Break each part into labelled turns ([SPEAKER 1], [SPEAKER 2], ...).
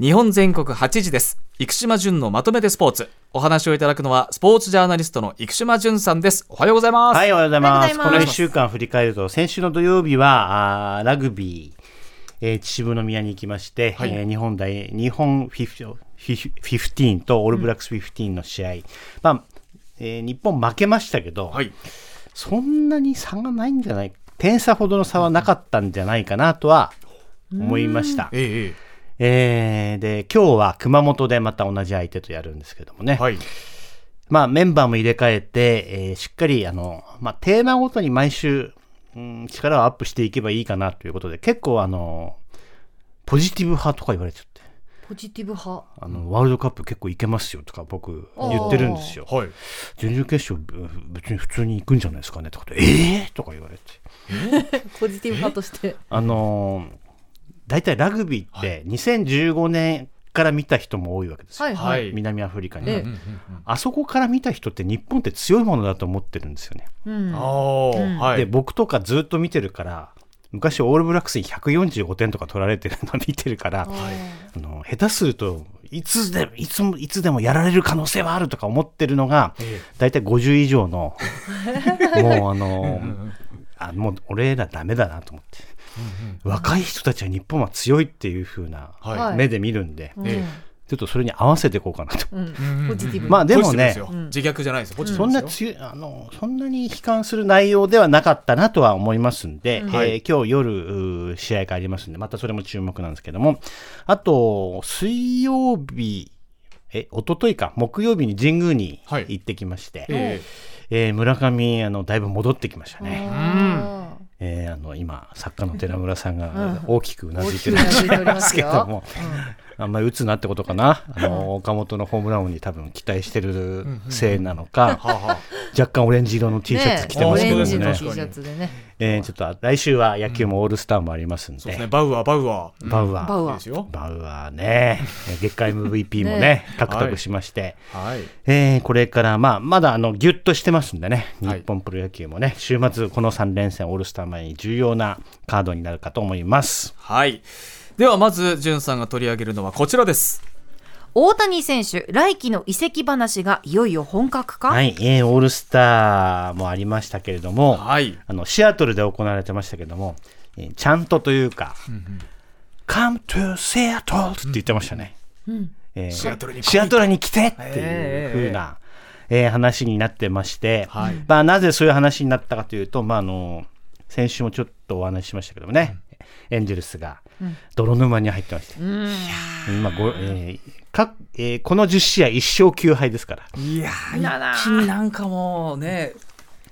[SPEAKER 1] 日本全国8時です生島淳のまとめてスポーツお話をいただくのはスポーツジャーナリストの生島淳さんですおはようございます、
[SPEAKER 2] はい、おはようございます。
[SPEAKER 3] お
[SPEAKER 2] こ
[SPEAKER 3] はようご
[SPEAKER 2] の
[SPEAKER 3] ざいます
[SPEAKER 2] 1週間振り返ると、先週の土曜日は、あーラグビー、えー秩父宮に行きまして、
[SPEAKER 1] はい
[SPEAKER 2] えー日本大、日本フィフフィフィフティーンとオールブラックスフィフティーンの試合。まあえー日本負けましたけど、
[SPEAKER 1] はい
[SPEAKER 2] そんなに差がないんじゃない点差ほどの差はなかったんじゃないかなとは思いました。
[SPEAKER 1] えええ
[SPEAKER 2] えーで、今日は熊本でまた同じ相手とやるんですけどもね。
[SPEAKER 1] えはい
[SPEAKER 2] まあ、メンバーも入れ替えて、えーしっかりあの、まあ、テーマごとに毎週、うん、力をアップしていけばいいかなということで結構あのポジティブ派とか言われちゃって
[SPEAKER 3] ポジティブ派
[SPEAKER 2] あのワールドカップ結構いけますよとか僕言ってるんですよ
[SPEAKER 1] はい
[SPEAKER 2] 準々決勝ぶ別に普通に行くんじゃないですかねってことでえー、とか言われて
[SPEAKER 3] ポジティブ派として
[SPEAKER 2] あのー大体ラグビーって2015年から見た人も多いわけですよ、
[SPEAKER 3] はいはい、
[SPEAKER 1] はい
[SPEAKER 2] 南アフリカに、
[SPEAKER 3] ええ
[SPEAKER 2] あそこから見た人って日本って強いものだと思ってるんですよね
[SPEAKER 3] うん、
[SPEAKER 1] あ
[SPEAKER 3] あ
[SPEAKER 1] あ、は
[SPEAKER 2] で
[SPEAKER 1] い
[SPEAKER 2] 僕とかずっと見てるから昔オールブラックスに145点とか取られてるの見てるから、
[SPEAKER 3] ー
[SPEAKER 2] あの下手するといつでいつもいつでもやられる可能性はあるとか思ってるのが
[SPEAKER 1] え
[SPEAKER 2] 大体50以上の もうあの
[SPEAKER 1] うんうん
[SPEAKER 2] あもう俺らダメだなと思って、若い人たちは日本は強いっていう風な
[SPEAKER 1] はい
[SPEAKER 2] 目で見るんで、
[SPEAKER 3] うん
[SPEAKER 1] え
[SPEAKER 2] ちょっとそれに合わせていこうかなと。
[SPEAKER 3] うん
[SPEAKER 1] うん
[SPEAKER 3] ポジティブ
[SPEAKER 2] まあでも
[SPEAKER 1] ポジティブ
[SPEAKER 2] ね
[SPEAKER 1] すよ
[SPEAKER 3] うん
[SPEAKER 1] 自虐じゃないですポジティ
[SPEAKER 2] そ
[SPEAKER 1] ブ
[SPEAKER 2] ん
[SPEAKER 1] で
[SPEAKER 2] な
[SPEAKER 1] すよ
[SPEAKER 2] 強いあのそんなに悲観する内容ではなかったなとは思いますんで、
[SPEAKER 3] うん
[SPEAKER 2] えー
[SPEAKER 1] はい
[SPEAKER 2] 今日夜うー試合がありますんでまたそれも注目なんですけどもあと水曜日え一昨日か木曜日に神宮に
[SPEAKER 1] はい
[SPEAKER 2] 行ってきまして、
[SPEAKER 1] え
[SPEAKER 2] えー村上あのだいぶ戻ってきましたね、
[SPEAKER 3] あ
[SPEAKER 2] えーあの今作家の寺村さんが
[SPEAKER 3] うん
[SPEAKER 2] 大きくうなずいてる
[SPEAKER 3] 大きくうなずいており
[SPEAKER 2] で
[SPEAKER 3] ますす
[SPEAKER 2] け
[SPEAKER 3] よ
[SPEAKER 2] ども、あんまり打つなってことかなあの岡本のホームランに多分期待してるせいなのか、
[SPEAKER 1] えはあ、は
[SPEAKER 2] 若干オレンジ色の
[SPEAKER 3] ー
[SPEAKER 2] T シャツ着て
[SPEAKER 3] ね
[SPEAKER 2] ますけど
[SPEAKER 3] オレ
[SPEAKER 2] も
[SPEAKER 3] ンジの
[SPEAKER 2] ね
[SPEAKER 3] T シャツでね
[SPEAKER 2] えーちょっと来週は野球もオールスターもありますん
[SPEAKER 1] あ、そうです
[SPEAKER 2] で
[SPEAKER 1] ね、バウアーバウアー、
[SPEAKER 2] バウ
[SPEAKER 3] バ
[SPEAKER 2] アー
[SPEAKER 3] ウ
[SPEAKER 1] いい
[SPEAKER 3] ア
[SPEAKER 1] です
[SPEAKER 3] ー
[SPEAKER 1] よ
[SPEAKER 2] バウアーねえー月間 MVP もね
[SPEAKER 3] ね
[SPEAKER 2] 獲得しまして
[SPEAKER 1] はい
[SPEAKER 2] えーこれからまあまだあのギュッとしてますんでね
[SPEAKER 1] はい
[SPEAKER 2] 日本プロ野球もね週末この3連戦オールスター前に重要なカードになるかと思います
[SPEAKER 1] はいではまず淳さんが取り上げるのはこちらです
[SPEAKER 3] 大谷選手来季の移籍話がいよいよ本格化、
[SPEAKER 2] はいえーオールスターもありましたけれども
[SPEAKER 1] はい
[SPEAKER 2] あのシアトルで行われてましたけども、えーちゃんとというか、Come to Seattle って言ってましたね。えー
[SPEAKER 1] シアトルに来い
[SPEAKER 2] シアトルに来てっていう風な、えー話になってまして、まあ、なぜそういう話になったかというと、まあ、あの先週もちょっとお話ししましたけどもね、エンジェルスが泥沼に入ってまして、今ご、えーかえーこの10試合1勝9敗ですから、
[SPEAKER 1] いやー一気になんかもうね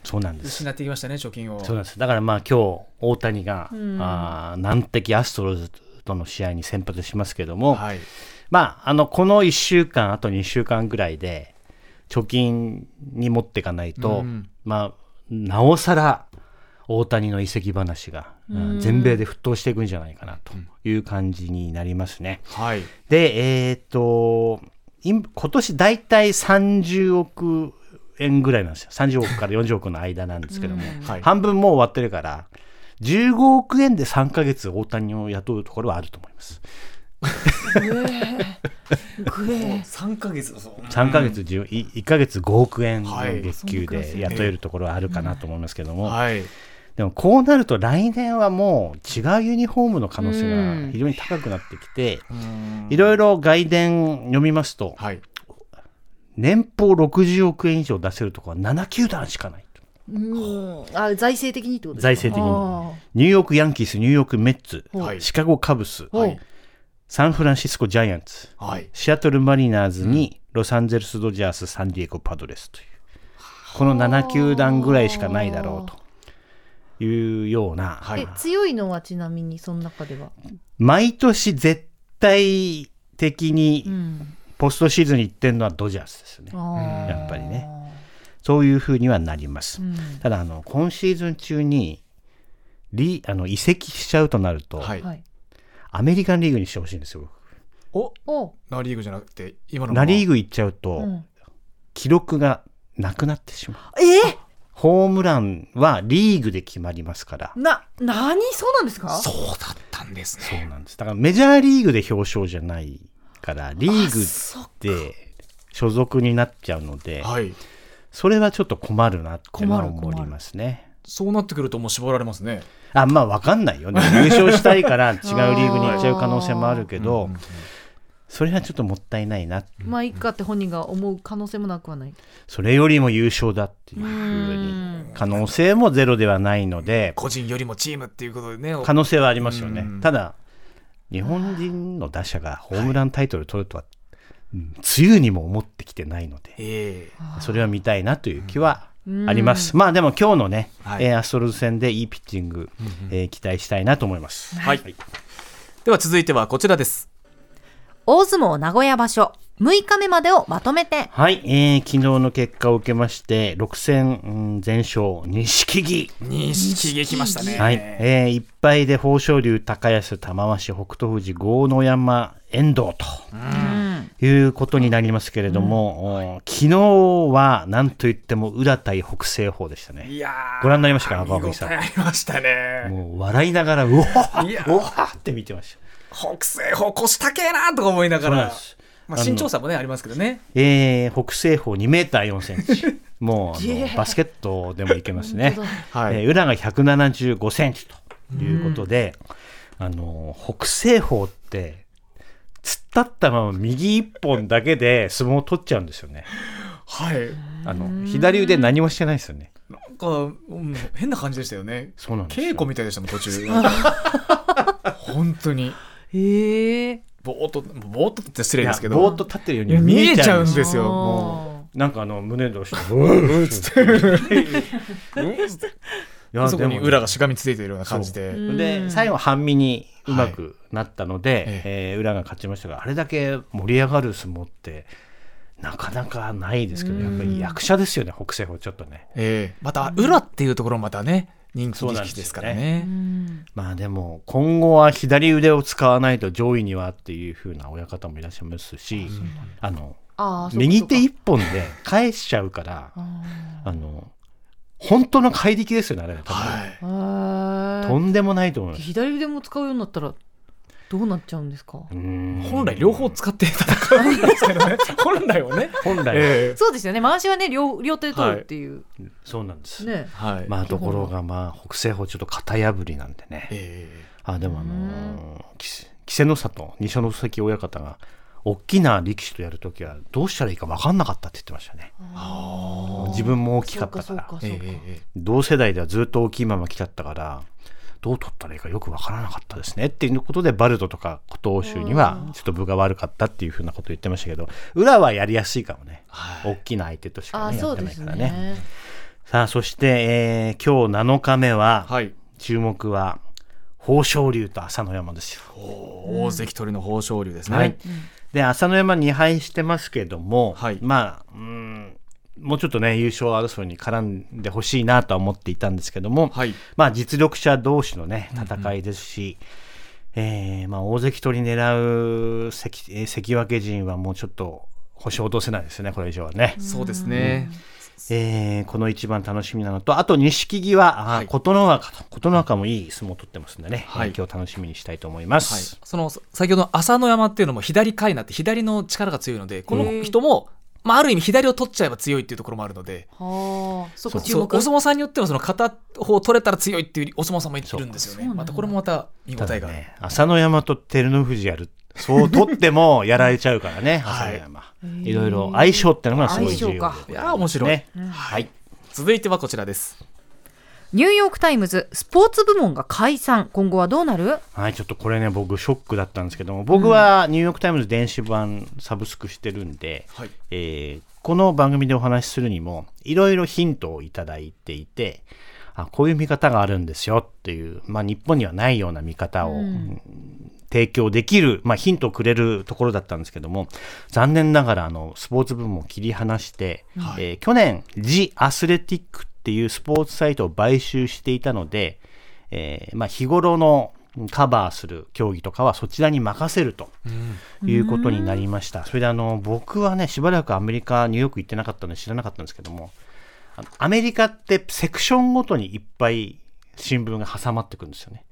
[SPEAKER 2] そうなんです。
[SPEAKER 1] 失ってきましたね貯金を
[SPEAKER 2] そうなんですだからまあ今日大谷が、あー難敵アストロズとの試合に先発しますけども、
[SPEAKER 1] はい
[SPEAKER 2] まあ、あのこの1週間あと2週間ぐらいで貯金に持っていかないと、
[SPEAKER 1] うん
[SPEAKER 2] まあ、なおさら大谷の移籍話が、うん全米で沸騰していくんじゃないかなという感じになりますね。
[SPEAKER 1] はい
[SPEAKER 2] で、えっ、と、今今年大体30億円ぐらいなんですよ。30億から40億の間なんですけども、
[SPEAKER 1] はい
[SPEAKER 2] 半分もう終わってるから、15億円で3ヶ月大谷を雇うところはあると思います。
[SPEAKER 3] グエー
[SPEAKER 1] 3ヶ月そう
[SPEAKER 2] 3ヶ月10、い1ヶ月5億円の
[SPEAKER 1] はい
[SPEAKER 2] 月給で雇えるところはあるかなと思いますけども、
[SPEAKER 1] はい
[SPEAKER 2] でもこうなると来年はもう違うユニフォームの可能性が非常に高くなってきて、いろいろ外伝読みますと、
[SPEAKER 1] はい
[SPEAKER 2] 年俸60億円以上出せるところは7球団しかないと
[SPEAKER 3] うんあ財政的にってことですか
[SPEAKER 2] 財政的にニューヨーク・ヤンキースニューヨーク・メッツ、
[SPEAKER 1] はい
[SPEAKER 2] シカゴ・カブス、
[SPEAKER 3] はい
[SPEAKER 2] サンフランシスコ・ジャイアンツ
[SPEAKER 1] はい
[SPEAKER 2] シアトル・マリナーズにロサンゼルス・ドジャースサンディエゴ・パドレスというこの7球団ぐらいしかないだろうというような、
[SPEAKER 1] は
[SPEAKER 3] え強いのはちなみにその中では、
[SPEAKER 2] 毎年絶対的
[SPEAKER 3] う
[SPEAKER 2] に
[SPEAKER 3] ん、
[SPEAKER 2] ポストシーズンに行ってるのはドジャースですね、や
[SPEAKER 3] や
[SPEAKER 2] っぱりねそういうふうにはなります、
[SPEAKER 3] うん
[SPEAKER 2] ただあの今シーズン中にリあの移籍しちゃうとなると、
[SPEAKER 1] はい
[SPEAKER 3] はい、
[SPEAKER 2] アメリカンリーグにしてほしいんですよ。
[SPEAKER 1] お
[SPEAKER 3] お
[SPEAKER 1] ナ・リーグじゃなくて今の
[SPEAKER 2] ナ・リー
[SPEAKER 1] グ
[SPEAKER 2] グ行っちゃうと、
[SPEAKER 3] うん
[SPEAKER 2] 記録がなくなってしまう。
[SPEAKER 3] えー
[SPEAKER 2] ホームランはリーグで決まりますから。
[SPEAKER 3] な、何そうなんですか
[SPEAKER 1] そうだったんです
[SPEAKER 2] そう
[SPEAKER 1] ね
[SPEAKER 2] なんです。だからメジャーリーグで表彰じゃないからリーグで所属になっちゃうので、
[SPEAKER 1] はい。
[SPEAKER 2] それはちょっと困るなっていうのは
[SPEAKER 3] 困る
[SPEAKER 2] 思
[SPEAKER 3] 困る
[SPEAKER 2] いますね。
[SPEAKER 1] そうなってくるともう絞られますね。
[SPEAKER 2] あまあ分かんないよね優勝した いから違うリーグに行っちゃう可能性もあるけど、それはちょっともったいないな
[SPEAKER 3] まあいっかって本人が思う可能性もなくはない。
[SPEAKER 2] それよりも優勝だっていうふうに可能性もゼロではないので
[SPEAKER 1] 個人よりもチームっていうことでね。
[SPEAKER 2] 可能性はありますよね
[SPEAKER 1] うん
[SPEAKER 2] ただ日本人の打者がホームランタイトル取るとは、うん、梅雨にも思ってきてないので
[SPEAKER 1] ええ
[SPEAKER 2] それは見たいなという気は
[SPEAKER 3] うん
[SPEAKER 2] あります、まあでも今日のね、
[SPEAKER 1] はい
[SPEAKER 2] えーアストロズ戦でいいピッチング、えー期待したいなと思います。
[SPEAKER 1] はい。では続いてはこちらです。
[SPEAKER 3] 大相撲名古屋場所6日目までをまとめて。
[SPEAKER 2] はい、えー昨日の結果を受けまして、6戦うん全勝、錦木。
[SPEAKER 1] 錦木きましたね。
[SPEAKER 2] はい、えー、1敗で豊昇龍、高安、玉鷲、北勝富士、豪ノ山、遠藤ということになりますけれども、お昨日はなんといっても浦対北青鵬でしたね。
[SPEAKER 1] いやー
[SPEAKER 2] ご覧になりましたか赤
[SPEAKER 1] 見応
[SPEAKER 2] 荻
[SPEAKER 1] え
[SPEAKER 2] さん
[SPEAKER 1] ありましたね。
[SPEAKER 2] もう笑いながら、うわ
[SPEAKER 1] いや
[SPEAKER 2] ーうわーって見てました。
[SPEAKER 1] 北西方越したけえなとか思いなが
[SPEAKER 2] そうなん
[SPEAKER 1] ら
[SPEAKER 2] で。す
[SPEAKER 1] まあ身長差もねありますけどね。
[SPEAKER 2] えー北西方2メーター4セン チ。もうあのバスケットでもいけますね。
[SPEAKER 1] はい
[SPEAKER 2] えー裏が175センチということで、あのー北西方って突っ立ったまま右一本だけで相撲を取っちゃうんですよね。
[SPEAKER 1] はい。
[SPEAKER 2] あの左腕何もしてないですよね。
[SPEAKER 1] なんか、うん変な感じでしたよね。
[SPEAKER 2] そうなんです
[SPEAKER 1] 稽
[SPEAKER 2] よ
[SPEAKER 1] 古みたいでしたもん途 中。本当に。
[SPEAKER 3] へえ。
[SPEAKER 1] ぼーっと、ぼーっとって失礼ですけ
[SPEAKER 2] いやぼ
[SPEAKER 1] ど。
[SPEAKER 2] ーっと立ってるよう
[SPEAKER 1] いや
[SPEAKER 2] に見えちゃうん
[SPEAKER 1] 見えちゃうん
[SPEAKER 2] で
[SPEAKER 1] ですすよ
[SPEAKER 2] よ。
[SPEAKER 1] ですよ
[SPEAKER 3] も
[SPEAKER 2] なんかあの胸同士で、うんうんっつって。い や
[SPEAKER 1] そこ
[SPEAKER 2] で
[SPEAKER 1] に
[SPEAKER 2] もね
[SPEAKER 1] 裏がしがみついているような感じで。
[SPEAKER 2] で最後半身にうまくなったので、えー裏が勝ちましたがあれだけ盛り上がる相撲ってなかなかないですけどやっぱり役者ですよね北青鵬ちょっとね
[SPEAKER 1] ええまた、裏っていうところもまたね、人気ですからね。
[SPEAKER 2] まあでも今後は左腕を使わないと上位にはっていう風な親方もいらっしゃいますしあの
[SPEAKER 3] ああそうか
[SPEAKER 2] 右手一本で返しちゃうからあの本当の怪力ですよねあれ多
[SPEAKER 1] はい。
[SPEAKER 2] 分
[SPEAKER 3] へ
[SPEAKER 2] とんでもないと思い
[SPEAKER 3] え
[SPEAKER 2] ます。
[SPEAKER 3] 左腕も使うようになったらどうなっちゃうんですか。
[SPEAKER 2] うん
[SPEAKER 1] 本来両方使って戦うんですけどね。本来はね。
[SPEAKER 2] 本来は、
[SPEAKER 1] ええ
[SPEAKER 3] そうですよね。回しはね両両手で取るっていう、
[SPEAKER 2] そうなんです。
[SPEAKER 3] ね。
[SPEAKER 1] はい。
[SPEAKER 2] まあところがまあ北西方ちょっと型破りなんでね
[SPEAKER 1] ええ
[SPEAKER 2] あでもあのーき稀勢の里二所ノ関親方が大きな力士とやるときはどうしたらいいか分かんなかったって言ってましたね自分も大きかった
[SPEAKER 3] そ
[SPEAKER 2] か
[SPEAKER 3] う
[SPEAKER 2] ら
[SPEAKER 3] かそうか
[SPEAKER 1] ええええ
[SPEAKER 2] 同世代ではずっと大きいまま来ちゃったからどう取ったらいいかよく分からなかったですねっていうことでバルトとか琴欧州にはちょっと分が悪かったっていうふうなこと言ってましたけど裏はやりやすいかもね、大きな相手とし
[SPEAKER 3] あ
[SPEAKER 2] か、
[SPEAKER 3] あ
[SPEAKER 2] ね、や
[SPEAKER 3] そ
[SPEAKER 2] っ
[SPEAKER 3] う
[SPEAKER 2] て
[SPEAKER 3] で
[SPEAKER 2] ない
[SPEAKER 3] す
[SPEAKER 2] から
[SPEAKER 3] ね。
[SPEAKER 2] ねさあそして、えー今日7日目は、
[SPEAKER 1] はい。
[SPEAKER 2] 注目は豊昇龍と朝乃山ですよ。
[SPEAKER 1] 大関取りの豊昇龍ですね。
[SPEAKER 2] はい、で朝乃山2敗してますけども、
[SPEAKER 1] はい
[SPEAKER 2] まあうーんもうちょっとね優勝争いに絡んでほしいなとは思っていたんですけども、
[SPEAKER 1] はい
[SPEAKER 2] まあ、実力者同士のね戦いですし、えーまあ、大関取り狙う関えー関脇陣はもうちょっと星を落とせないですねこれ以上はね。
[SPEAKER 1] そうですね。
[SPEAKER 2] えーこの一番楽しみなのと、あと錦木は、あー
[SPEAKER 1] はい
[SPEAKER 2] 琴ノ若と、琴ノ若もいい相撲を取ってますんでね、
[SPEAKER 1] はい
[SPEAKER 2] えー今日楽しみにしたいと思いま
[SPEAKER 1] はい
[SPEAKER 2] す。、
[SPEAKER 1] そのそ先ほどの朝乃山っていうのも左かいなって左の力が強いのでこの人も、まあ、ある意味左を取っちゃえば強いっていうところもあるので
[SPEAKER 3] はあそこ注
[SPEAKER 1] そうお
[SPEAKER 3] 目。
[SPEAKER 1] 相撲さんによってはその片方取れたら強いっていうお相撲さんもいるんですよ
[SPEAKER 3] そ
[SPEAKER 1] ね
[SPEAKER 3] うなんだ
[SPEAKER 1] またこれもまた見応
[SPEAKER 2] た
[SPEAKER 1] え
[SPEAKER 2] だ
[SPEAKER 1] が、
[SPEAKER 2] ね、朝乃山と照ノ富士やる、そう取ってもやられちゃうからね、朝乃山。いろいろ相性ってのがすごい重要
[SPEAKER 3] 相性か
[SPEAKER 1] いやー面白い、
[SPEAKER 2] ね
[SPEAKER 1] はい、続いてはこちらです
[SPEAKER 3] ニューヨークタイムズスポーツ部門が解散。今後はどうなる？
[SPEAKER 2] はい、ちょっとこれね、僕、ショックだったんですけども、僕はニューヨーク・タイムズ電子版サブスクしてるんで、
[SPEAKER 1] はい
[SPEAKER 2] えーこの番組でお話しするにも、いろいろヒントをいただいていて、あこういう見方があるんですよっていう、まあ、日本にはないような見方を、うん提供できる、まあ、ヒントをくれるところだったんですけども、残念ながらあのスポーツ部門を切り離して、えー去年、ジ・アスレティックっていうスポーツサイトを買収していたので、えーまあ、日頃のカバーする競技とかはそちらに任せるということになりました。それであの僕はね、しばらくアメリカ、ニューヨーク行ってなかったので知らなかったんですけども、あのアメリカってセクションごとにいっぱい新聞が挟まってくるんですよね。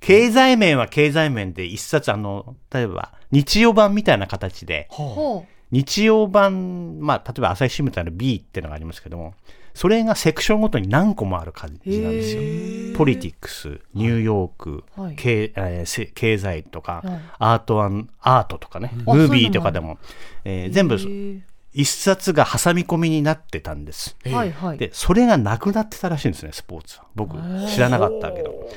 [SPEAKER 2] 経済面は経済面で一冊あの例えば日曜版みたいな形で
[SPEAKER 3] ほう
[SPEAKER 2] 日曜版、まあ、例えば朝日新聞の B っていうのがありますけどもそれがセクションごとに何個もある感じなんですよ。ポリティクスニューヨーク、
[SPEAKER 3] はい
[SPEAKER 2] 経えーせ経済とか、
[SPEAKER 3] はい
[SPEAKER 2] アートアンアートとかね、
[SPEAKER 3] うん
[SPEAKER 2] ムービーとかでも、えー全部
[SPEAKER 3] へ
[SPEAKER 2] 一冊が挟み込みになってたんです。
[SPEAKER 3] えはいはい
[SPEAKER 2] でそれがなくなってたらしいんですねスポーツは僕知らなかったけど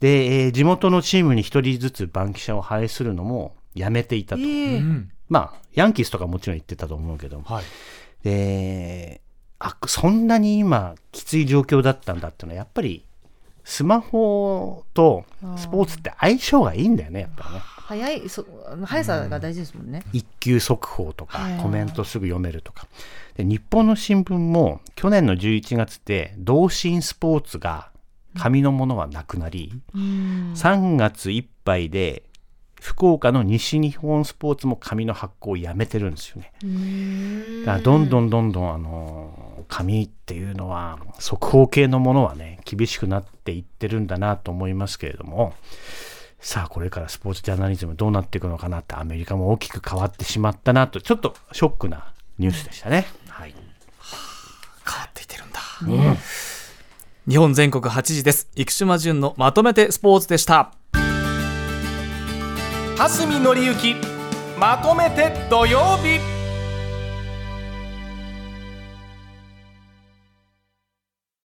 [SPEAKER 2] で、えー地元のチームに一人ずつ番記者を配するのもやめていたと、
[SPEAKER 1] う
[SPEAKER 3] ええ
[SPEAKER 1] ん
[SPEAKER 2] まあヤンキースとかもちろん行ってたと思うけども
[SPEAKER 1] はい
[SPEAKER 2] であそんなに今きつい状況だったんだっていうのはやっぱりスマホとスポーツって相性がいいんだよねやっぱね
[SPEAKER 3] 早いそ速さが大事ですもんね、
[SPEAKER 2] 一級速報とか
[SPEAKER 3] はい
[SPEAKER 2] コメントすぐ読めるとかで日本の新聞も去年の11月で同心スポーツが紙のものはなくなり、3月いっぱいで福岡の西日本スポーツも紙の発行をやめてるんですよね。だからどんどんどんどんあのー紙っていうのは速報系のものはね厳しくなっていってるんだなと思いますけれどもさあこれからスポーツジャーナリズムどうなっていくのかなってアメリカも大きく変わってしまったなとちょっとショックなニュースでしたね。はい、
[SPEAKER 1] 変わっていってるんだ、日本全国8時です生島淳のまとめてスポーツでした
[SPEAKER 4] 蓮見紀之まとめて土曜日